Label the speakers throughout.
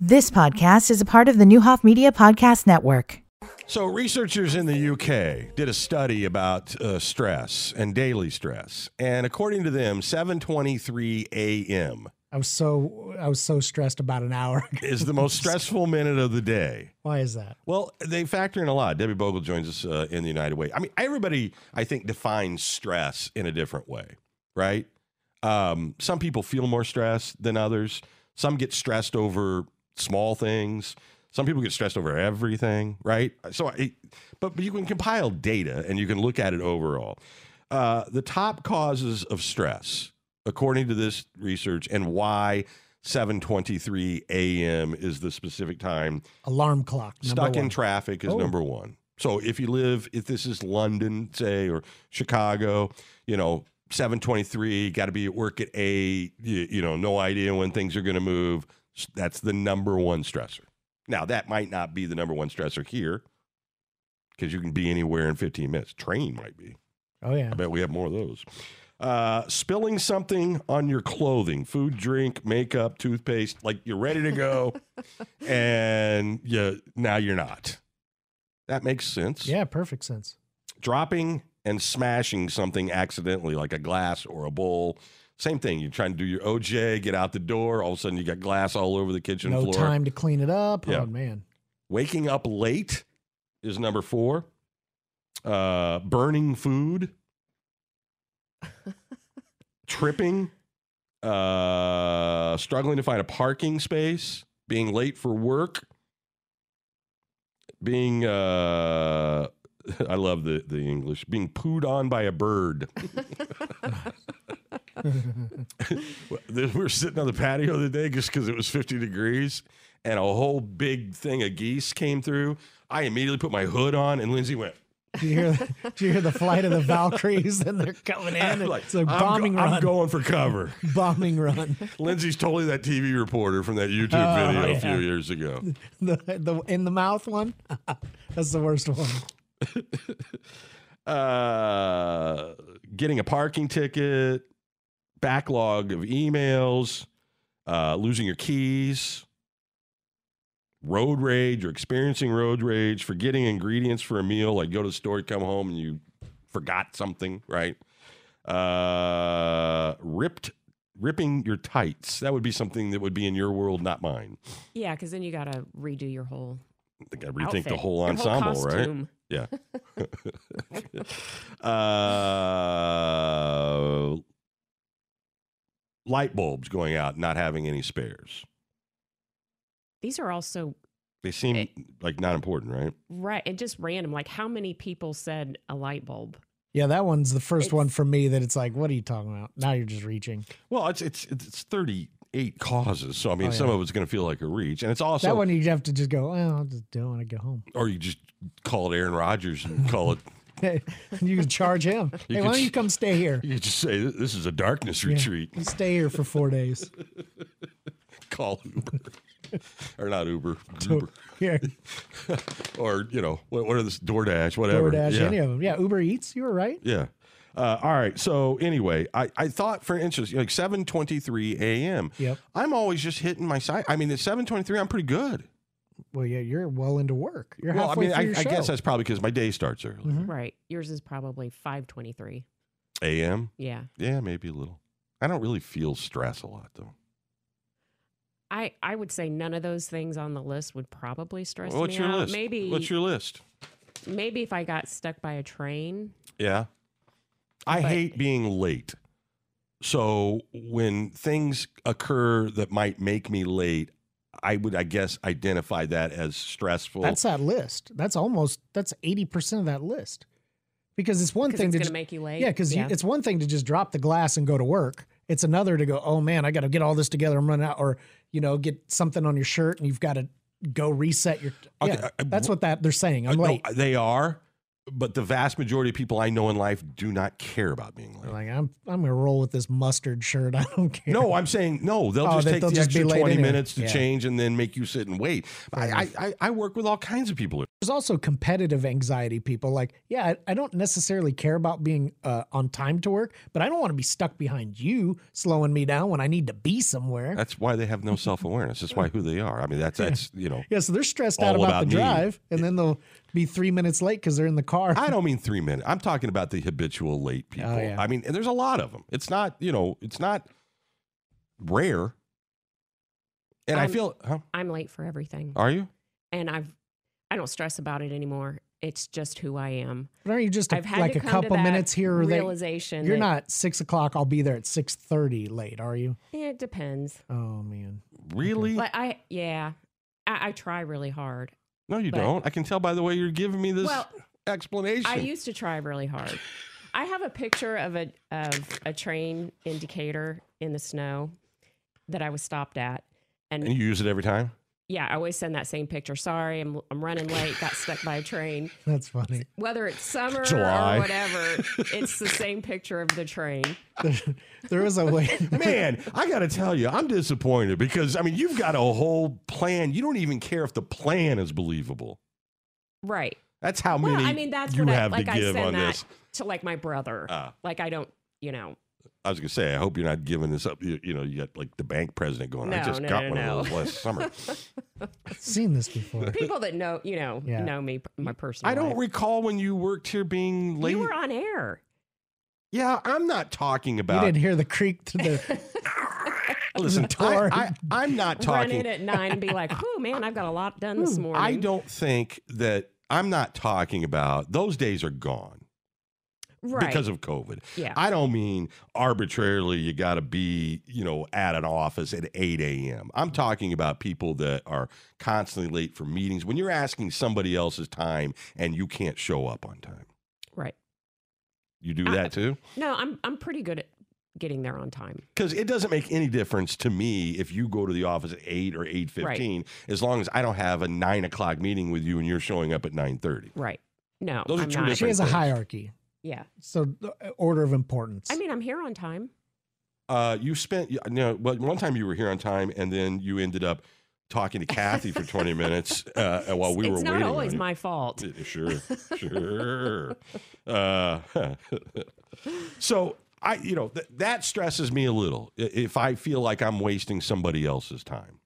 Speaker 1: This podcast is a part of the Newhoff Media Podcast Network.
Speaker 2: So, researchers in the UK did a study about uh, stress and daily stress, and according to them, 7:23 a.m.
Speaker 3: I was so I was so stressed about an hour. ago.
Speaker 2: is the most stressful minute of the day.
Speaker 3: Why is that?
Speaker 2: Well, they factor in a lot. Debbie Bogle joins us uh, in the United Way. I mean, everybody, I think, defines stress in a different way, right? Um, some people feel more stressed than others. Some get stressed over small things. Some people get stressed over everything, right? So, I, but, but you can compile data and you can look at it overall. Uh, the top causes of stress, according to this research, and why 7:23 a.m. is the specific time
Speaker 3: Alarm clock. number
Speaker 2: stuck in
Speaker 3: one.
Speaker 2: traffic is
Speaker 3: Oh.
Speaker 2: number one. So if you live, if this is London, say, or Chicago, you know, 723, got to be at work at eight, you, you know, no idea when things are going to move. S- That's the number one stressor. Now, that might not be the number one stressor here because you can be anywhere in 15 minutes. Train might be.
Speaker 3: oh yeah.
Speaker 2: I bet we have more of those. Uh, spilling something on your clothing, food, drink, makeup, toothpaste, like you're ready to go, and you, now you're not. That makes sense.
Speaker 3: Yeah, perfect sense.
Speaker 2: Dropping and smashing something accidentally, like a glass or a bowl. Same thing. You're trying to do your OJ, get out the door. All of a sudden, you got glass all over the kitchen
Speaker 3: no
Speaker 2: floor.
Speaker 3: time to clean it up.
Speaker 2: Yeah.
Speaker 3: Oh man.
Speaker 2: Waking up late is number four. Uh, burning food. tripping. Uh, struggling to find a parking space. Being late for work. Being, uh, I love the, the English, being pooed on by a bird. We were sitting on the patio the other day just because it was 50 degrees and a whole big thing of geese came through. I immediately put my hood on and Lindsay went,
Speaker 3: do you hear? Do you hear the flight of the Valkyries? And they're coming in.
Speaker 2: I'm
Speaker 3: and
Speaker 2: like,
Speaker 3: it's a
Speaker 2: I'm, go-
Speaker 3: bombing
Speaker 2: I'm
Speaker 3: run.
Speaker 2: going for cover.
Speaker 3: bombing run.
Speaker 2: Lindsay's totally that TV reporter from that YouTube
Speaker 3: Oh,
Speaker 2: video a
Speaker 3: yeah.
Speaker 2: few years ago.
Speaker 3: The, the in the mouth one. That's the worst one.
Speaker 2: Uh, getting a parking ticket, backlog of emails, uh, losing your keys, road rage or experiencing road rage, forgetting ingredients for a meal, like go to the store, come home, and you forgot something, right? Uh, ripped, ripping your tights. That would be something that would be in your world, not mine.
Speaker 4: Yeah, because then you got to redo your whole.
Speaker 2: I think I rethink the
Speaker 4: outfit,
Speaker 2: whole
Speaker 4: your
Speaker 2: ensemble, right?
Speaker 4: costume.
Speaker 2: Yeah. uh, light bulbs going out, not having any spares.
Speaker 4: These are also
Speaker 2: They seem
Speaker 4: Eh.
Speaker 2: like not important, right?
Speaker 4: right and just random. Like how many people said a light bulb?
Speaker 3: Yeah, that one's the first
Speaker 4: It's-
Speaker 3: one for me. That it's like, what are you talking about? Now you're just reaching.
Speaker 2: Well, it's it's it's thirty eight causes, so I mean,
Speaker 3: Oh,
Speaker 2: some
Speaker 3: yeah.
Speaker 2: of it's going to feel like a reach, and it's also
Speaker 3: that one you have to just go. Well, I'll just do it when I get home.
Speaker 2: or you just call it Aaron Rodgers and call it.
Speaker 3: Hey, you can charge him.
Speaker 2: You
Speaker 3: hey,
Speaker 2: could
Speaker 3: why don't
Speaker 2: s-
Speaker 3: you come stay here?
Speaker 2: You just say this is a darkness
Speaker 3: Yeah.
Speaker 2: retreat.
Speaker 3: You stay here for four days.
Speaker 2: Call Uber or not Uber,
Speaker 3: So-
Speaker 2: Uber.
Speaker 3: Yeah,
Speaker 2: or you know what, what are this DoorDash, whatever.
Speaker 3: DoorDash,
Speaker 2: yeah.
Speaker 3: any of them. Yeah, Uber Eats. You were right.
Speaker 2: Yeah. Uh, all right. So anyway, I, I thought for instance, like seven twenty three a.m.
Speaker 3: Yep.
Speaker 2: I'm always just hitting my site. I mean, at seven twenty three, I'm pretty good.
Speaker 3: Well, yeah, you're well into work. You're
Speaker 2: well, I
Speaker 3: halfway
Speaker 2: mean, I,
Speaker 3: through your
Speaker 2: I
Speaker 3: show.
Speaker 2: guess that's probably because my day starts early.
Speaker 3: Mhm.
Speaker 4: Right. Yours is probably 523.
Speaker 2: A.m.
Speaker 4: Yeah.
Speaker 2: Yeah, maybe a little. I don't really feel stress a lot though.
Speaker 4: I, I would say none of those things on the list would probably stress
Speaker 2: Well, what's
Speaker 4: me
Speaker 2: your
Speaker 4: out.
Speaker 2: list?
Speaker 4: Maybe
Speaker 2: What's your list?
Speaker 4: maybe if I got stuck by a train.
Speaker 2: Yeah. I
Speaker 4: But-
Speaker 2: hate being late. So when things occur that might make me late, I would, I guess, identify that as stressful.
Speaker 3: that's that list. That's almost that's eighty percent of that list. Because it's one
Speaker 4: 'cause
Speaker 3: thing
Speaker 4: it's
Speaker 3: to
Speaker 4: going
Speaker 3: ju-
Speaker 4: to make you late.
Speaker 3: yeah, because it's one thing to just drop the glass and go to work. It's another to go. Oh man, I got to get all this together and run out, or you know, get something on your shirt and you've got to go reset your.
Speaker 2: Okay,
Speaker 3: yeah,
Speaker 2: I- I-
Speaker 3: that's what that they're saying.
Speaker 2: Uh,
Speaker 3: I'm
Speaker 2: no,
Speaker 3: late.
Speaker 2: they are, but the vast majority of people I know in life do not care about being late.
Speaker 3: Like I'm, I'm gonna roll with this mustard shirt. I don't care.
Speaker 2: No, I'm saying no. They'll
Speaker 3: Oh,
Speaker 2: just
Speaker 3: that
Speaker 2: take
Speaker 3: they'll
Speaker 2: the
Speaker 3: just be
Speaker 2: extra
Speaker 3: late
Speaker 2: twenty
Speaker 3: anyway.
Speaker 2: minutes to
Speaker 3: Yeah.
Speaker 2: change and then make you sit and wait. I, I, I, I work with all kinds of people.
Speaker 3: There's also competitive anxiety. People like, yeah, I, I don't necessarily care about being uh, on time to work, but I don't want to be stuck behind you slowing me down when I need to be somewhere.
Speaker 2: That's why they have no self awareness. That's why who they are. I mean, that's that's you know.
Speaker 3: yeah, so they're stressed
Speaker 2: All
Speaker 3: out about,
Speaker 2: about
Speaker 3: the
Speaker 2: me.
Speaker 3: drive, and then they'll be three minutes late because they're in the car.
Speaker 2: I don't mean three minutes. I'm talking about the habitual late people.
Speaker 3: Oh, yeah.
Speaker 2: I mean, and there's a lot of them. It's not you know, it's not rare. And I
Speaker 4: Um,
Speaker 2: feel, huh?
Speaker 4: I'm late for everything,
Speaker 2: Are you?
Speaker 4: and I've I don't stress about it anymore. It's just who I am.
Speaker 3: But aren't you just a,
Speaker 4: I've had
Speaker 3: like
Speaker 4: to
Speaker 3: a
Speaker 4: come
Speaker 3: couple
Speaker 4: to that
Speaker 3: minutes here or there?
Speaker 4: realization.
Speaker 3: You're
Speaker 4: that-
Speaker 3: not six o'clock. I'll be there at six thirty late. Are you?
Speaker 4: It depends.
Speaker 3: Oh man.
Speaker 2: Really?
Speaker 4: But I yeah, I, I try really hard.
Speaker 2: No, you
Speaker 4: but-
Speaker 2: don't. I can tell by the way you're giving me this
Speaker 4: Well,
Speaker 2: explanation.
Speaker 4: I used to try really hard. I have a picture of a of a train indicator in the snow that I was stopped at, and,
Speaker 2: and you use it every time.
Speaker 4: yeah, I always send that same picture. Sorry, I'm I'm running late. Got stuck by a train.
Speaker 3: That's funny.
Speaker 4: Whether it's summer
Speaker 2: July.
Speaker 4: or whatever, it's the same picture of the train.
Speaker 3: There was a way.
Speaker 2: Man, I got to tell you, I'm disappointed because I mean, you've got a whole plan. You don't even care if the plan is believable.
Speaker 4: Right.
Speaker 2: That's how
Speaker 4: Well,
Speaker 2: many
Speaker 4: I mean that's
Speaker 2: you
Speaker 4: what I
Speaker 2: have
Speaker 4: like.
Speaker 2: to
Speaker 4: I
Speaker 2: give on
Speaker 4: send that
Speaker 2: this.
Speaker 4: to like my brother.
Speaker 2: Ah.
Speaker 4: like I don't, you know.
Speaker 2: I was gonna say, I hope you're not giving this up. You, you know, you got like the bank president going. I
Speaker 4: No,
Speaker 2: just
Speaker 4: no,
Speaker 2: got
Speaker 4: no,
Speaker 2: one
Speaker 4: no.
Speaker 2: of those last summer.
Speaker 3: I've seen this before.
Speaker 4: People that know, you know,
Speaker 3: Yeah.
Speaker 4: know me, my personal.
Speaker 2: I don't
Speaker 4: life.
Speaker 2: recall when you worked here being late.
Speaker 4: You were on air.
Speaker 2: yeah, I'm not talking
Speaker 3: You
Speaker 2: about.
Speaker 3: didn't hear the creak to the.
Speaker 2: Listen,
Speaker 3: Torn.
Speaker 2: I, I, am not talking.
Speaker 4: Run in at nine and be like, "Oh man, I've got a lot done this morning."
Speaker 2: I don't think that I'm not talking about. Those days are gone
Speaker 4: right.
Speaker 2: because of COVID.
Speaker 4: yeah,
Speaker 2: I don't mean arbitrarily you got to be, you know, at an office at 8 a.m. I'm talking about people that are constantly late for meetings. When you're asking somebody else's time and you can't show up on time,
Speaker 4: right.
Speaker 2: you do
Speaker 4: I-
Speaker 2: that too?
Speaker 4: No, I'm I'm pretty good at getting there on time.
Speaker 2: Because it doesn't make any difference to me if you go to the office at 8 or 8.15, as long as I don't have a 9 o'clock meeting with you and you're showing up at 9.30.
Speaker 4: Right. No,
Speaker 2: Those are
Speaker 4: I'm
Speaker 2: two
Speaker 4: not.
Speaker 2: different-
Speaker 3: She has a
Speaker 2: things.
Speaker 3: hierarchy,
Speaker 4: Yeah.
Speaker 3: so uh, order of importance.
Speaker 4: I mean, I'm here on time.
Speaker 2: Uh, you spent, you know, well, one time you were here on time and then you ended up talking to Kathy for 20 minutes uh, while we
Speaker 4: it's
Speaker 2: were
Speaker 4: not
Speaker 2: waiting. on
Speaker 4: always
Speaker 2: you.
Speaker 4: my fault.
Speaker 2: Yeah, Sure, sure. Uh, so I, you know, th- that stresses me a little. i- If I feel like I'm wasting somebody else's time,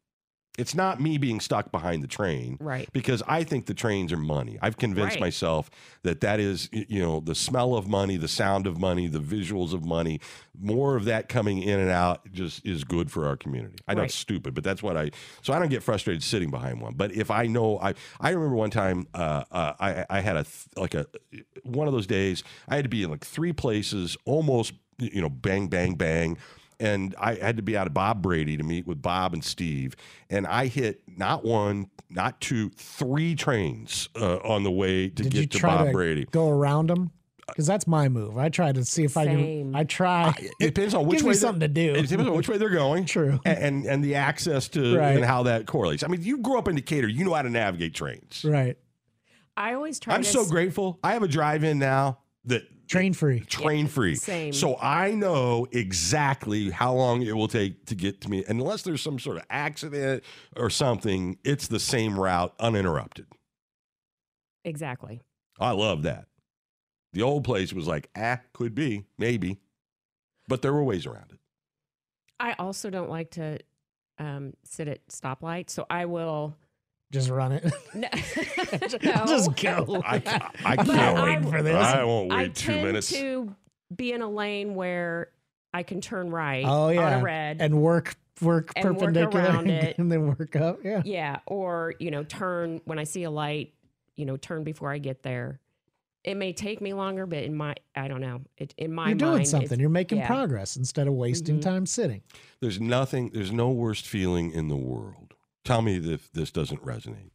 Speaker 2: it's not me being stuck behind the train
Speaker 4: Right.
Speaker 2: because I think the trains are money. I've convinced
Speaker 4: Right.
Speaker 2: myself that that is, y- you know, the smell of money, the sound of money, the visuals of money. More of that coming in and out just is good for our community. I know
Speaker 4: Right.
Speaker 2: it's stupid, but that's what I. So I don't get frustrated sitting behind one. But if I know, I I remember one time uh, uh, I I had a th- like a one of those days I had to be in like three places almost you know bang bang bang and I had to be out of Bob Brady to meet with Bob and Steve. And I hit not one, not two, three trains uh, on the way to
Speaker 3: Did you
Speaker 2: get to
Speaker 3: try
Speaker 2: Bob
Speaker 3: to
Speaker 2: Brady. Uh,
Speaker 3: go around them? Because that's my move. I try to see if I can.
Speaker 4: Same.
Speaker 3: I try.
Speaker 2: It depends on which
Speaker 3: Gives
Speaker 2: way
Speaker 3: me
Speaker 2: they're-
Speaker 3: something to do.
Speaker 2: It depends on which way they're going.
Speaker 3: True.
Speaker 2: And and, and the access to
Speaker 3: Right.
Speaker 2: and how that correlates. I mean, you grew up in Decatur, you know how to navigate trains.
Speaker 3: right.
Speaker 4: I always try.
Speaker 2: I'm
Speaker 4: to
Speaker 2: so
Speaker 4: s-
Speaker 2: grateful. I have a drive-in now that
Speaker 3: Train free.
Speaker 2: train free.
Speaker 4: same.
Speaker 2: So I know exactly how long it will take to get to me. Unless there's some sort of accident or something, it's the same route uninterrupted.
Speaker 4: Exactly.
Speaker 2: I love that. The old place was like, ah, could be, maybe. But there were ways around it.
Speaker 4: I also don't like to um, sit at stoplights, so I will.
Speaker 3: Just run it.
Speaker 4: No.
Speaker 3: Just go.
Speaker 2: I, ca- I
Speaker 3: I'm
Speaker 2: can't
Speaker 4: not
Speaker 2: wait
Speaker 4: waiting
Speaker 3: for this.
Speaker 2: I won't wait
Speaker 4: I
Speaker 2: two
Speaker 4: tend
Speaker 2: minutes.
Speaker 4: to be in a lane where I can turn right
Speaker 3: Oh,
Speaker 4: on
Speaker 3: yeah.
Speaker 4: a red.
Speaker 3: and work work
Speaker 4: And work
Speaker 3: perpendicular
Speaker 4: around it.
Speaker 3: and then work up. Yeah.
Speaker 4: yeah, or you know, turn when I see a light, you know, turn before I get there. It may take me longer, but in my I don't know. It, in my
Speaker 3: You're doing
Speaker 4: mind,
Speaker 3: something.
Speaker 4: it's-
Speaker 3: You're making
Speaker 4: yeah.
Speaker 3: progress instead of wasting
Speaker 4: Mhm.
Speaker 3: time sitting.
Speaker 2: There's nothing, there's no worst feeling in the world. Tell me if this doesn't resonate.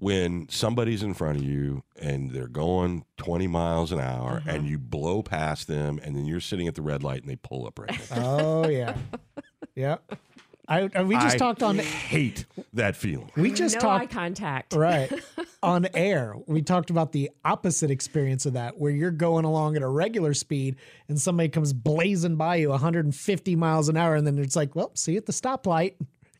Speaker 2: When somebody's in front of you and they're going 20 miles an hour
Speaker 4: Uh-huh.
Speaker 2: and you blow past them and then you're sitting at the red light and they pull up right there.
Speaker 3: Oh yeah. yeah. I, I- we just
Speaker 2: I
Speaker 3: talked on
Speaker 2: hate that feeling.
Speaker 3: we just
Speaker 4: no
Speaker 3: talked
Speaker 4: eye contact.
Speaker 3: right. on air, we talked about the opposite experience of that, where you're going along at a regular speed and somebody comes blazing by you 150 miles an hour, and then it's like, well, see you at the stoplight,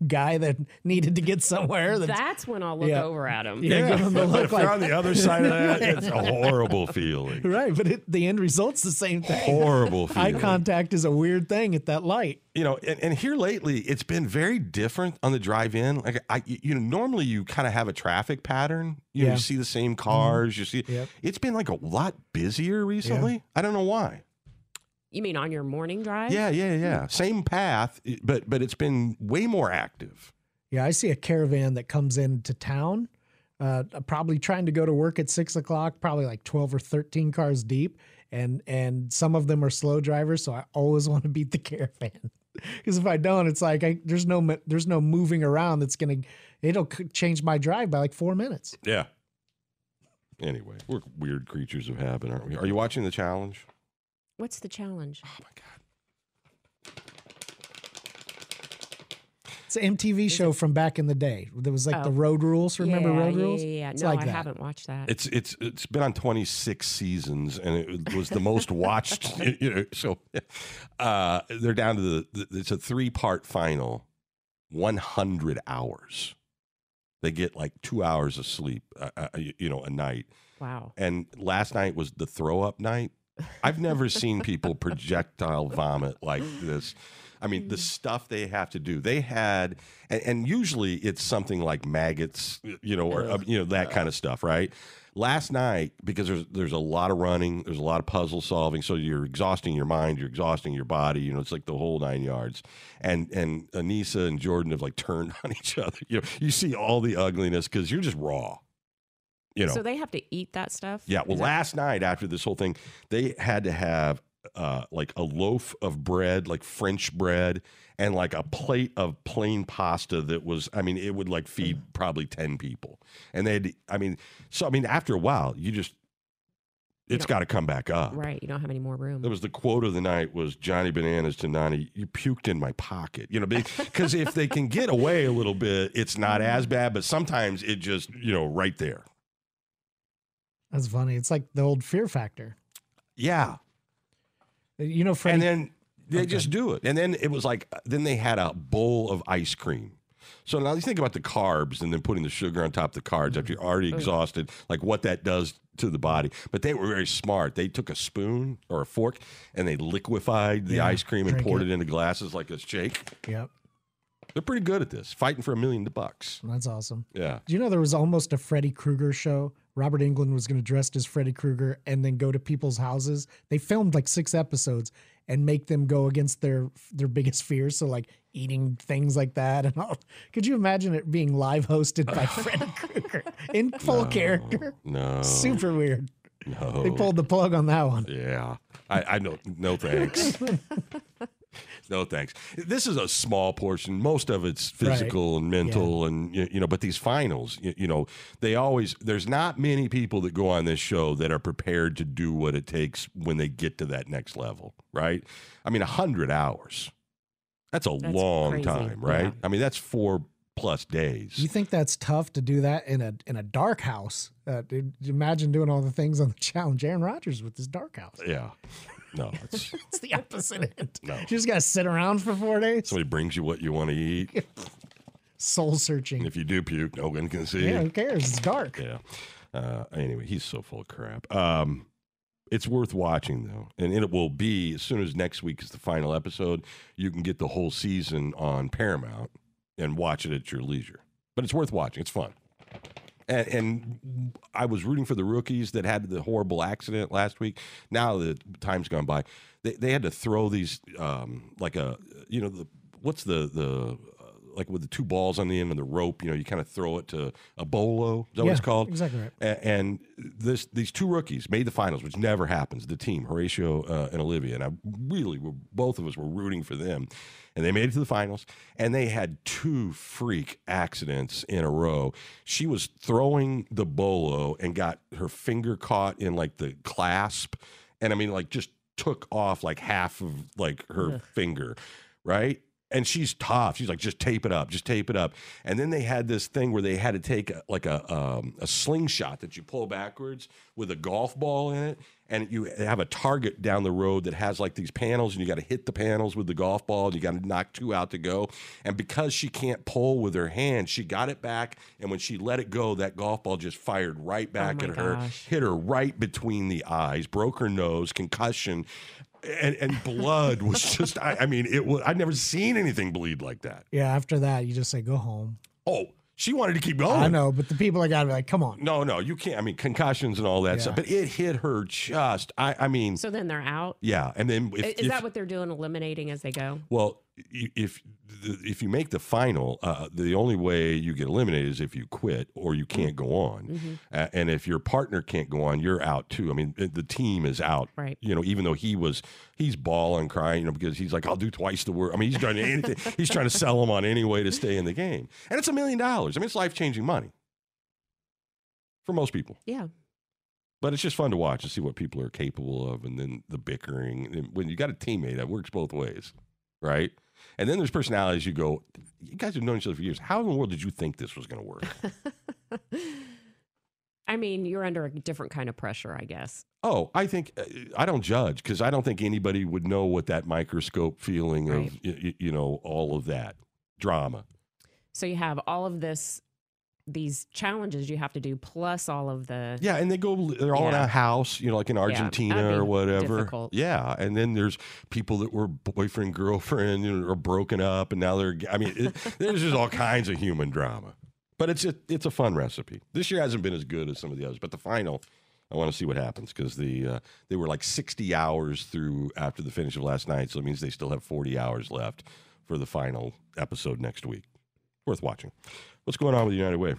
Speaker 3: guy that needed to get somewhere. That's,
Speaker 4: That's when I'll look
Speaker 3: Yeah.
Speaker 4: over at him.
Speaker 3: Yeah. give them the
Speaker 2: but
Speaker 3: look
Speaker 2: if you're
Speaker 3: like-
Speaker 2: on the other side of that, it's a horrible feeling.
Speaker 3: right, but it, the end result's the same thing.
Speaker 2: Horrible feeling.
Speaker 3: Eye contact is a weird thing at that light.
Speaker 2: you know, and, and here lately, it's been very different on the drive in. Like I, you know, normally you kind of have a traffic pattern. You, know,
Speaker 3: Yeah. Mm-hmm.
Speaker 2: you see the same cars. You see,
Speaker 3: Yep.
Speaker 2: it's been like a lot busier recently. I don't know why.
Speaker 4: You mean on your morning drive?
Speaker 2: Yeah, yeah, yeah. Same path, i- but but it's been way more active.
Speaker 3: Yeah, I see a caravan that comes into town, uh, probably trying to go to work at six o'clock, probably like twelve or thirteen cars deep, and and some of them are slow drivers. So I always want to beat the caravan because if I don't, it's like I, there's no mo- there's no moving around. That's gonna it'll c- change my drive by like four minutes.
Speaker 2: Yeah. Anyway, we're weird creatures of habit, aren't we? Are you watching the challenge?
Speaker 4: What's the challenge?
Speaker 2: Oh my god!
Speaker 3: It's an MTV show from back in the day. There was like the
Speaker 4: Oh.
Speaker 3: Road Rules. Remember
Speaker 4: yeah,
Speaker 3: Road
Speaker 4: yeah,
Speaker 3: Rules?
Speaker 4: Yeah, yeah.
Speaker 3: It's
Speaker 4: No,
Speaker 3: like
Speaker 4: I
Speaker 3: that.
Speaker 4: haven't watched that.
Speaker 2: It's it's it's been on twenty six seasons, and it was the most watched. You know, so uh, they're down to the. the- It's a three part final, one hundred hours. They get like two hours of sleep, uh, uh, you you know, a night.
Speaker 4: wow.
Speaker 2: and last night was the throw up night. I've never seen people projectile vomit like this. I mean, the stuff they have to do. They had, and, and usually it's something like maggots, you know, or uh, you know that kind of stuff, right? Last night, because there's there's a lot of running, there's a lot of puzzle solving, so you're exhausting your mind, you're exhausting your body. You know, it's like the whole nine yards. And and Anissa and Jordan have like turned on each other. You know, you see all the ugliness because you're just raw. You know,
Speaker 4: So they have to eat that stuff?
Speaker 2: yeah. Well,
Speaker 4: Is that-
Speaker 2: last night after this whole thing, they had to have uh, like a loaf of bread, like French bread, and like a plate of plain pasta that was, I mean, it would like feed probably 10 people. And they had, I mean, so, I mean, after a while, you just,
Speaker 4: You
Speaker 2: it's
Speaker 4: don't-
Speaker 2: got to come back up.
Speaker 4: Right. You don't have any more room.
Speaker 2: That was the quote of the night was Johnny Bananas to Nani, you puked in my pocket. You know, because if they can get away a little bit, it's not
Speaker 4: Mm-hmm.
Speaker 2: as bad, but sometimes it just, you know, right there.
Speaker 3: That's funny. It's like the old Fear Factor.
Speaker 2: Yeah.
Speaker 3: You know, Freddie.
Speaker 2: and then they
Speaker 3: Okay.
Speaker 2: just do it. And then it was like then they had a bowl of ice cream. So now you think about the carbs and then putting the sugar on top of the carbs after
Speaker 3: Mm-hmm.
Speaker 2: you're already exhausted, like what that does to the body. But they were very smart. They took a spoon or a fork and they liquefied the
Speaker 3: Yeah,
Speaker 2: ice cream and
Speaker 3: drink
Speaker 2: poured it.
Speaker 3: it.
Speaker 2: into glasses like a shake.
Speaker 3: yep,
Speaker 2: They're pretty good at this, fighting for a million bucks.
Speaker 3: that's awesome.
Speaker 2: Yeah.
Speaker 3: Do you know there was almost a Freddy Krueger show? Robert England was going to dress as Freddy Krueger and then go to people's houses. They filmed like six episodes and make them go against their their biggest fears. So like eating things like that and all. Could you imagine it being live hosted by Freddy Krueger in full character?
Speaker 2: No.
Speaker 3: Super weird.
Speaker 2: No.
Speaker 3: They pulled the plug on that one.
Speaker 2: Yeah. I, I know. No thanks. no thanks. This is a small portion. Most of it's physical and mental, and you, you know. But these finals, you, you know, they always there's not many people that go on this show that are prepared to do what it takes when they get to that next level, right? I mean, a hundred hours. That's a
Speaker 4: That's
Speaker 2: long
Speaker 4: crazy.
Speaker 2: time, right?
Speaker 4: Yeah.
Speaker 2: I mean, that's four plus days.
Speaker 3: You think that's tough to do that in a in a dark house? Uh, dude, imagine doing all the things on the challenge. Aaron Rodgers with his dark house.
Speaker 2: yeah. No, it's,
Speaker 3: It's the opposite end.
Speaker 2: No.
Speaker 3: You just got to sit around for four days.
Speaker 2: somebody brings you what you want to eat.
Speaker 3: soul
Speaker 2: And
Speaker 3: searching.
Speaker 2: if you do puke, no one can see.
Speaker 3: Yeah, who cares? It's dark.
Speaker 2: Yeah. Uh, anyway, he's so full of crap. Um, it's worth watching though, and it will be as soon as next week is the final episode. You can get the whole season on Paramount and watch it at your leisure. But it's worth watching. It's fun. And, and I was rooting for the rookies that had the horrible accident last week. Now that time's gone by, they, they had to throw these um, like a you know the what's the the uh, like with the two balls on the end of the rope. You know you kind of throw it to a bolo. Is that what it's
Speaker 3: Yeah,
Speaker 2: called?
Speaker 3: exactly right.
Speaker 2: A- and this these two rookies made the finals, which never happens. The team Horatio uh, and Olivia, and I really were, both of us were rooting for them, and they made it to the finals. And they had two freak accidents in a row. She was throwing the bolo and got her finger caught in like the clasp, and I mean like just took off like half of like her finger, right? and she's tough. She's like, just tape it up, just tape it up. And then they had this thing where they had to take a, like a um, a slingshot that you pull backwards with a golf ball in it, and you have a target down the road that has like these panels, and you got to hit the panels with the golf ball, and you got to knock two out to go. And because she can't pull with her hand, she got it back, and when she let it go, that golf ball just fired right back
Speaker 4: Oh my
Speaker 2: at her,
Speaker 4: gosh.
Speaker 2: hit her right between the eyes, broke her nose, concussion, and, and blood was just, I, I mean, it was, I'd never seen anything bleed like that.
Speaker 3: Yeah, after that, you just say, go home.
Speaker 2: Oh, she wanted to keep going.
Speaker 3: I know, but the people are got to be like, come on.
Speaker 2: No, no, you can't. I mean, concussions and all that
Speaker 3: Yeah.
Speaker 2: stuff, but it hit her just, I, I mean,
Speaker 4: So then they're out.
Speaker 2: yeah. And then if,
Speaker 4: I- Is
Speaker 2: if-
Speaker 4: that what they're doing? Eliminating as they go.
Speaker 2: well, i- if the- if you make the final, uh, the only way you get eliminated is if you quit or you can't go on, uh, and if your partner can't go on, you're out too. I mean, the the team is out,
Speaker 4: Right.
Speaker 2: You know, even though he was he's bawling, crying, you know, because he's like, I'll do twice the work. I mean, he's trying to anything. he's trying to sell them on any way to stay in the game, and it's a million dollars. I mean, it's life changing money for most people
Speaker 4: Yeah.
Speaker 2: but it's just fun to watch and see what people are capable of and then the bickering and when you got a teammate that works both ways right and then there's personalities you go you guys have known each other for years how in the world did you think this was going to work
Speaker 4: I mean, you're under a different kind of pressure, I guess.
Speaker 2: oh i think uh, i don't judge because i don't think anybody would know what that microscope feeling of
Speaker 4: Right.
Speaker 2: y- y- you know all of that drama
Speaker 4: So you have all of this, these challenges you have to do, plus all of the
Speaker 2: Yeah, and they go. They're all in
Speaker 4: Yeah.
Speaker 2: a house, you know, like in Argentina
Speaker 4: that'd be
Speaker 2: or whatever.
Speaker 4: difficult.
Speaker 2: Yeah, and then there's people that were boyfriend girlfriend you know, are broken up, and now they're. I mean, it, there's just all kinds of human drama. But it's a it's a fun recipe. This year hasn't been as good as some of the others, but the final, I want to see what happens because the uh, they were like 60 hours through after the finish of last night, so it means they still have 40 hours left for the final episode next week. Worth watching. What's going on with United Way?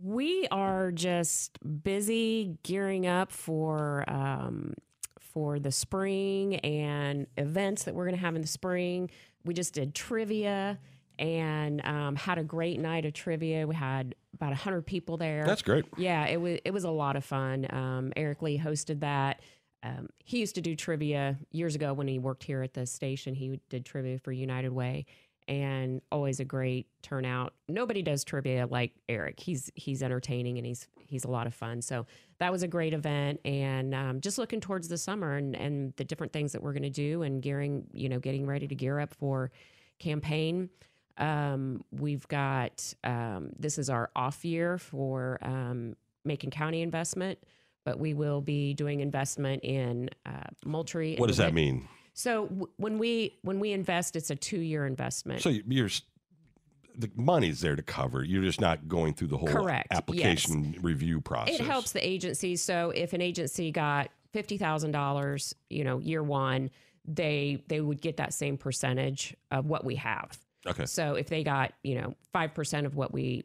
Speaker 4: We are just busy gearing up for um, for the spring and events that we're going to have in the spring. We just did trivia and um, had a great night of trivia. We had about hundred people there.
Speaker 2: That's great.
Speaker 4: yeah, it was it was a lot of fun. Um, Eric Lee hosted that. Um, he used to do trivia years ago when he worked here at the station. He did trivia for United Way, and always a great turnout. Nobody does trivia like Eric. He's he's entertaining and he's he's a lot of fun. So that was a great event, and um, just looking towards the summer and and the different things that we're going to do and gearing you know getting ready to gear up for campaign. Um, we've got um, this is our off year for um, Macon County investment, but we will be doing investment in uh, Moultrie. and
Speaker 2: What does that
Speaker 4: DeWitt.
Speaker 2: mean?
Speaker 4: So w- when we when we invest, it's a two year investment.
Speaker 2: So you- you're s- the money's there to cover. You're just not going through the whole
Speaker 4: Correct,
Speaker 2: application review process.
Speaker 4: it helps the agency. So if an agency got fifty thousand dollars, you know, year one, they they would get that same percentage of what we have.
Speaker 2: Okay.
Speaker 4: So if they got you know five percent of what we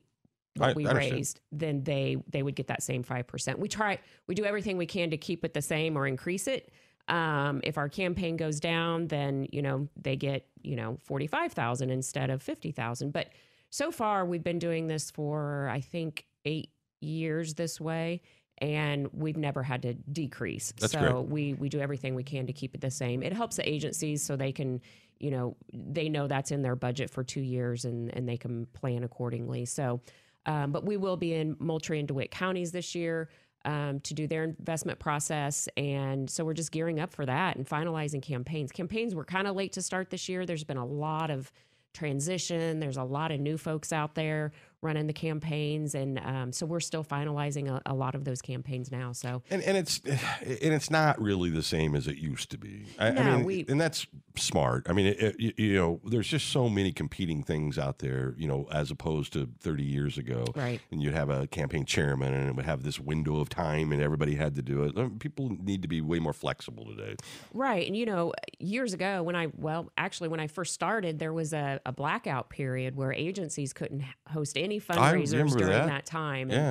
Speaker 4: what
Speaker 2: I-
Speaker 4: we
Speaker 2: I understand.
Speaker 4: raised, then they they would get that same five percent. We try we do everything we can to keep it the same or increase it. Um, if our campaign goes down, then you know they get you know forty five thousand instead of fifty thousand. But so far we've been doing this for I think eight years this way. And we've never had to decrease,
Speaker 2: That's
Speaker 4: so
Speaker 2: great.
Speaker 4: we we do everything we can to keep it the same. It helps the agencies so they can you know they know that's in their budget for two years and and they can plan accordingly so um, but we will be in moultrie and dewitt counties this year um, to do their investment process and so we're just gearing up for that and finalizing campaigns campaigns were kind of late to start this year there's been a lot of transition there's a lot of new folks out there running the campaigns and um, so we're still finalizing a, a lot of those campaigns now so
Speaker 2: And, and it's and it's not really the same as it used to be. I, I
Speaker 4: No,
Speaker 2: mean,
Speaker 4: we-
Speaker 2: and that's smart. I mean, it, it, you- you know, there's just so many competing things out there. You know, as opposed to 30 years ago,
Speaker 4: Right.
Speaker 2: And you'd have a campaign chairman, and it would have this window of time, and everybody had to do it. Uh, People need to be way more flexible
Speaker 4: Mm-hmm.
Speaker 2: today.
Speaker 4: Right. And, you know, years ago when I, well, actually, when I first started, there was a, a blackout period where agencies couldn't h- host any fundraisers
Speaker 2: remember
Speaker 4: during
Speaker 2: that.
Speaker 4: that, time. And,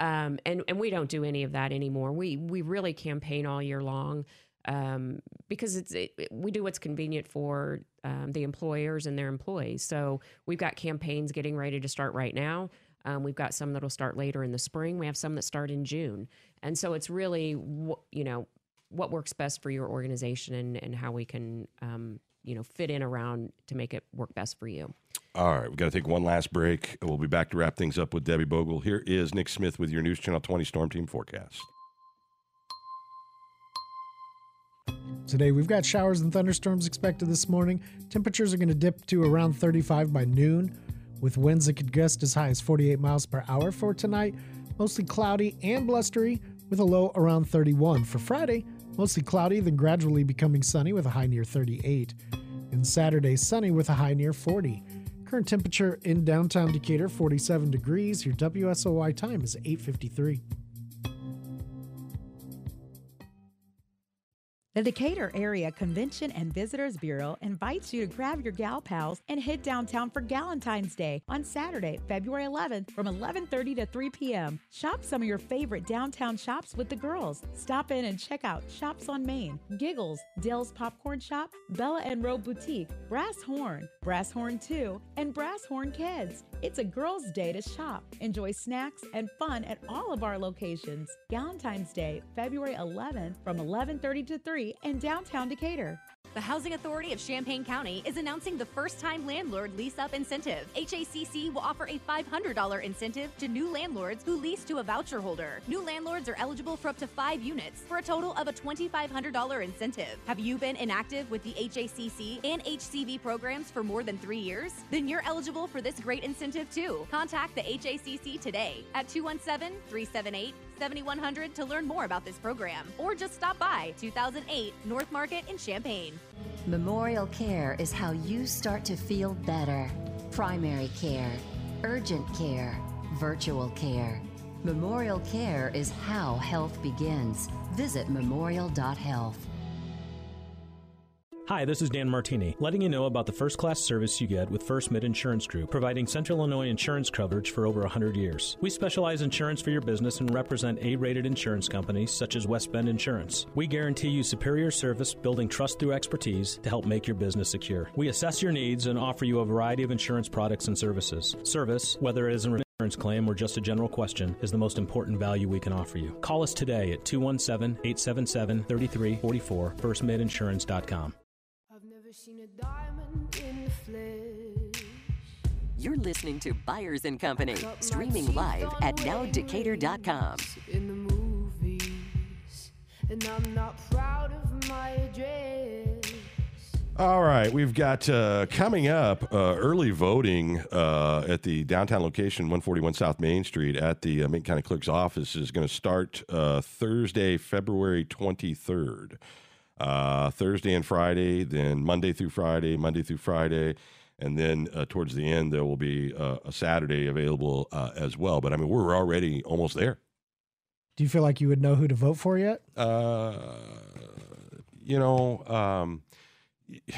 Speaker 2: Yeah.
Speaker 4: Um, and, and we don't do any of that anymore. We, we really campaign all year long um, because it's, it, it- we do what's convenient for um, the employers and their employees. So we've got campaigns getting ready to start right now. Um, we've got some that'll start later in the spring. We have some that start in June. And so it's really, wh- you know, what works best for your organization and, and how we can um, you know fit in around to make it work best for you.
Speaker 2: All right, we've got to take one last break. We'll be back to wrap things up with Debbie Bogle. Here is Nick Smith with your News Channel 20 Storm Team forecast.
Speaker 3: Today we've got showers and thunderstorms expected this morning. Temperatures are going to dip to around 35 by noon, with winds that could gust as high as 48 miles per hour for tonight. Mostly cloudy and blustery, with a low around 31. For Friday, mostly cloudy, then gradually becoming sunny with a high near 38. And Saturday, sunny with a high near 40. Current temperature in downtown Decatur, 47 degrees. Your WSOY time is 8:53.
Speaker 5: The Decatur Area Convention and Visitors Bureau invites you to grab your gal pals and head downtown for Galentine's Day on Saturday, February 11th from 11:30 to 3 p.m. Shop some of your favorite downtown shops with the girls. Stop in and check out Shops on Main, Giggles, Dale's Popcorn Shop, Bella and Roe Boutique, Brass Horn, Brass Horn 2, and Brass Horn Kids. It's a girls' day to shop. Enjoy snacks and fun at all of our locations. Galentine's Day, February 11th from 11:30 to 3 in downtown Decatur.
Speaker 6: The Housing Authority of Champaign County is announcing the first time landlord lease up incentive. HACC will offer a $500 incentive to new landlords who lease to a voucher holder. New landlords are eligible for up to five units for a total of a $2,500 incentive. Have you been inactive with the HACC and HCV programs for more than three years? Then you're eligible for this great incentive too. Contact the HACC today at 217 378 7100 to learn more about this program or just stop by 2008 North Market in Champaign.
Speaker 7: Memorial care is how you start to feel better. Primary care, urgent care, virtual care. Memorial care is how health begins. Visit memorial.health.
Speaker 8: Hi, this is Dan Martini, letting you know about the first class service you get with First Mid Insurance Group, providing Central Illinois insurance coverage for over 100 years. We specialize insurance for your business and represent A rated insurance companies such as West Bend Insurance. We guarantee you superior service, building trust through expertise to help make your business secure. We assess your needs and offer you a variety of insurance products and services. Service, whether it is in insurance claim or just a general question is the most important value we can offer you. Call us today at 217-877-3344 firstmidinsurance.com.
Speaker 9: I've never seen a diamond in the flesh.
Speaker 10: You're listening to Buyers and Company, streaming live at nowdecatur.com.
Speaker 9: In the movies, and I'm not proud of my address.
Speaker 2: All right, we've got uh, coming up uh, early voting uh, at the downtown location, 141 South Main Street, at the uh, Main County Clerk's office is going to start uh, Thursday, February 23rd. Uh, Thursday and Friday, then Monday through Friday, Monday through Friday, and then uh, towards the end there will be uh, a Saturday available uh, as well. But I mean, we're already almost there.
Speaker 3: Do you feel like you would know who to vote for yet?
Speaker 2: Uh, you know, um, it,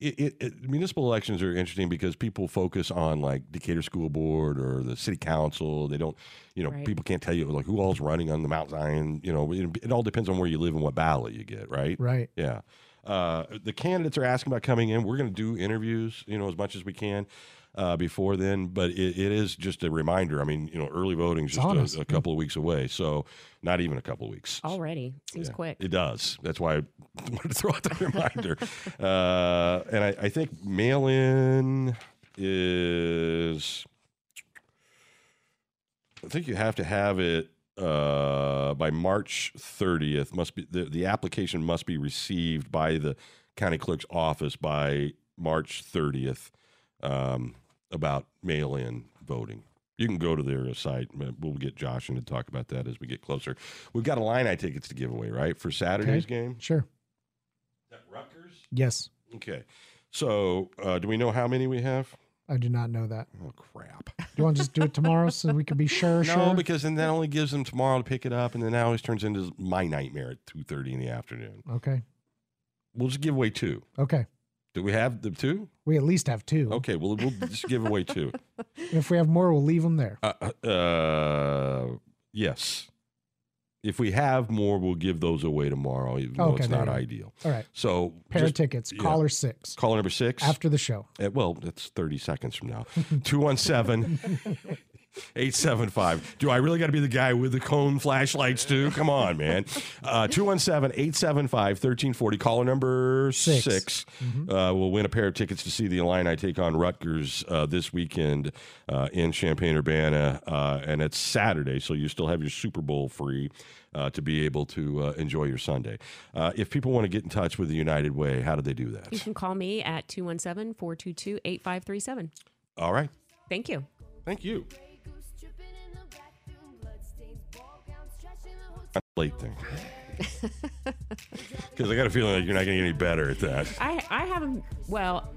Speaker 2: it, it, municipal elections are interesting because people focus on like Decatur School Board or the City Council. They don't, you know,
Speaker 4: Right.
Speaker 2: people can't tell you like who all's running on the Mount Zion. You know, it, it all depends on where you live and what ballot you get, right?
Speaker 3: Right.
Speaker 2: Yeah. Uh, the candidates are asking about coming in. We're going to do interviews, you know, as much as we can uh, before then. But it, it is just a reminder. I mean, you know, early voting is
Speaker 3: It's on us. Oh,
Speaker 2: just a, a couple of weeks away. So not even a couple of weeks.
Speaker 4: Already seems
Speaker 2: Yeah,
Speaker 4: quick.
Speaker 2: It does. That's why I wanted to throw out that reminder. uh, and I, I think mail in is. I think you have to have it uh, by March 30th. Must be the, the application must be received by the county clerk's office by March 30th. Um, about mail in voting. You can go to their site. but We'll get Josh in to talk about that as we get closer. We've got Illini tickets to give away, right, for Saturday's game.
Speaker 3: Sure.
Speaker 2: That Rutgers.
Speaker 3: Yes.
Speaker 2: Okay. So, uh, do we know how many we have?
Speaker 3: I do not know that.
Speaker 2: Oh crap!
Speaker 3: Do you want to just do it tomorrow so we can be sure?
Speaker 2: No,
Speaker 3: sure.
Speaker 2: because then that only gives them tomorrow to pick it up, and then that always turns into my nightmare at two thirty in the afternoon.
Speaker 3: okay.
Speaker 2: We'll just give away two.
Speaker 3: Okay.
Speaker 2: Do we have the two?
Speaker 3: We at least have two.
Speaker 2: Okay, well we'll just give away two.
Speaker 3: If we have more, we'll leave them there.
Speaker 2: Uh, uh, uh, yes. If we have more, we'll give those away tomorrow, even though
Speaker 3: Okay,
Speaker 2: it's
Speaker 3: there
Speaker 2: not
Speaker 3: you go.
Speaker 2: ideal.
Speaker 3: All right.
Speaker 2: So,
Speaker 3: Pair
Speaker 2: just
Speaker 3: of tickets.
Speaker 2: yeah.
Speaker 3: Caller six.
Speaker 2: caller number six.
Speaker 3: After the show.
Speaker 2: Uh, well, that's 30 seconds from now. 217 875. Do I really got to be the guy with the cone flashlights, too? Come on, man. Uh, 217 875 1340. Caller number 6
Speaker 3: Six.
Speaker 2: uh, will win a pair of tickets to see the Illini take on Rutgers uh, this weekend uh, in Champaign Urbana. Uh, and it's Saturday, so you still have your Super Bowl free. Uh, to be able to uh, enjoy your Sunday. Uh, if people want to get in touch with the United Way, how do they do
Speaker 4: You
Speaker 2: that?
Speaker 4: can call me at 217 422 8537.
Speaker 2: All right.
Speaker 4: Thank you.
Speaker 2: Thank you.
Speaker 9: Goose dripping in the bathroom, bloodstains, ball gowns, trash in the hotel.
Speaker 2: Late thing. Because I got a feeling like you're not going to get any better at that.
Speaker 4: I, I haven't, well,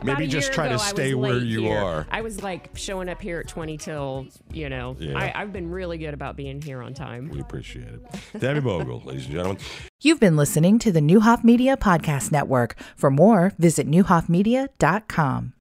Speaker 4: about
Speaker 2: Maybe
Speaker 4: a
Speaker 2: just
Speaker 4: year
Speaker 2: try to
Speaker 4: ago, I was
Speaker 2: stay where
Speaker 4: late
Speaker 2: you
Speaker 4: here.
Speaker 2: are.
Speaker 4: I was like showing up here at 20 till, you know,
Speaker 2: Yeah.
Speaker 4: I, I've been really good about being here on time.
Speaker 2: We appreciate it. Debbie Bogle, ladies and gentlemen.
Speaker 1: You've been listening to the Newhoff Media Podcast Network. For more, visit newhoffmedia.com.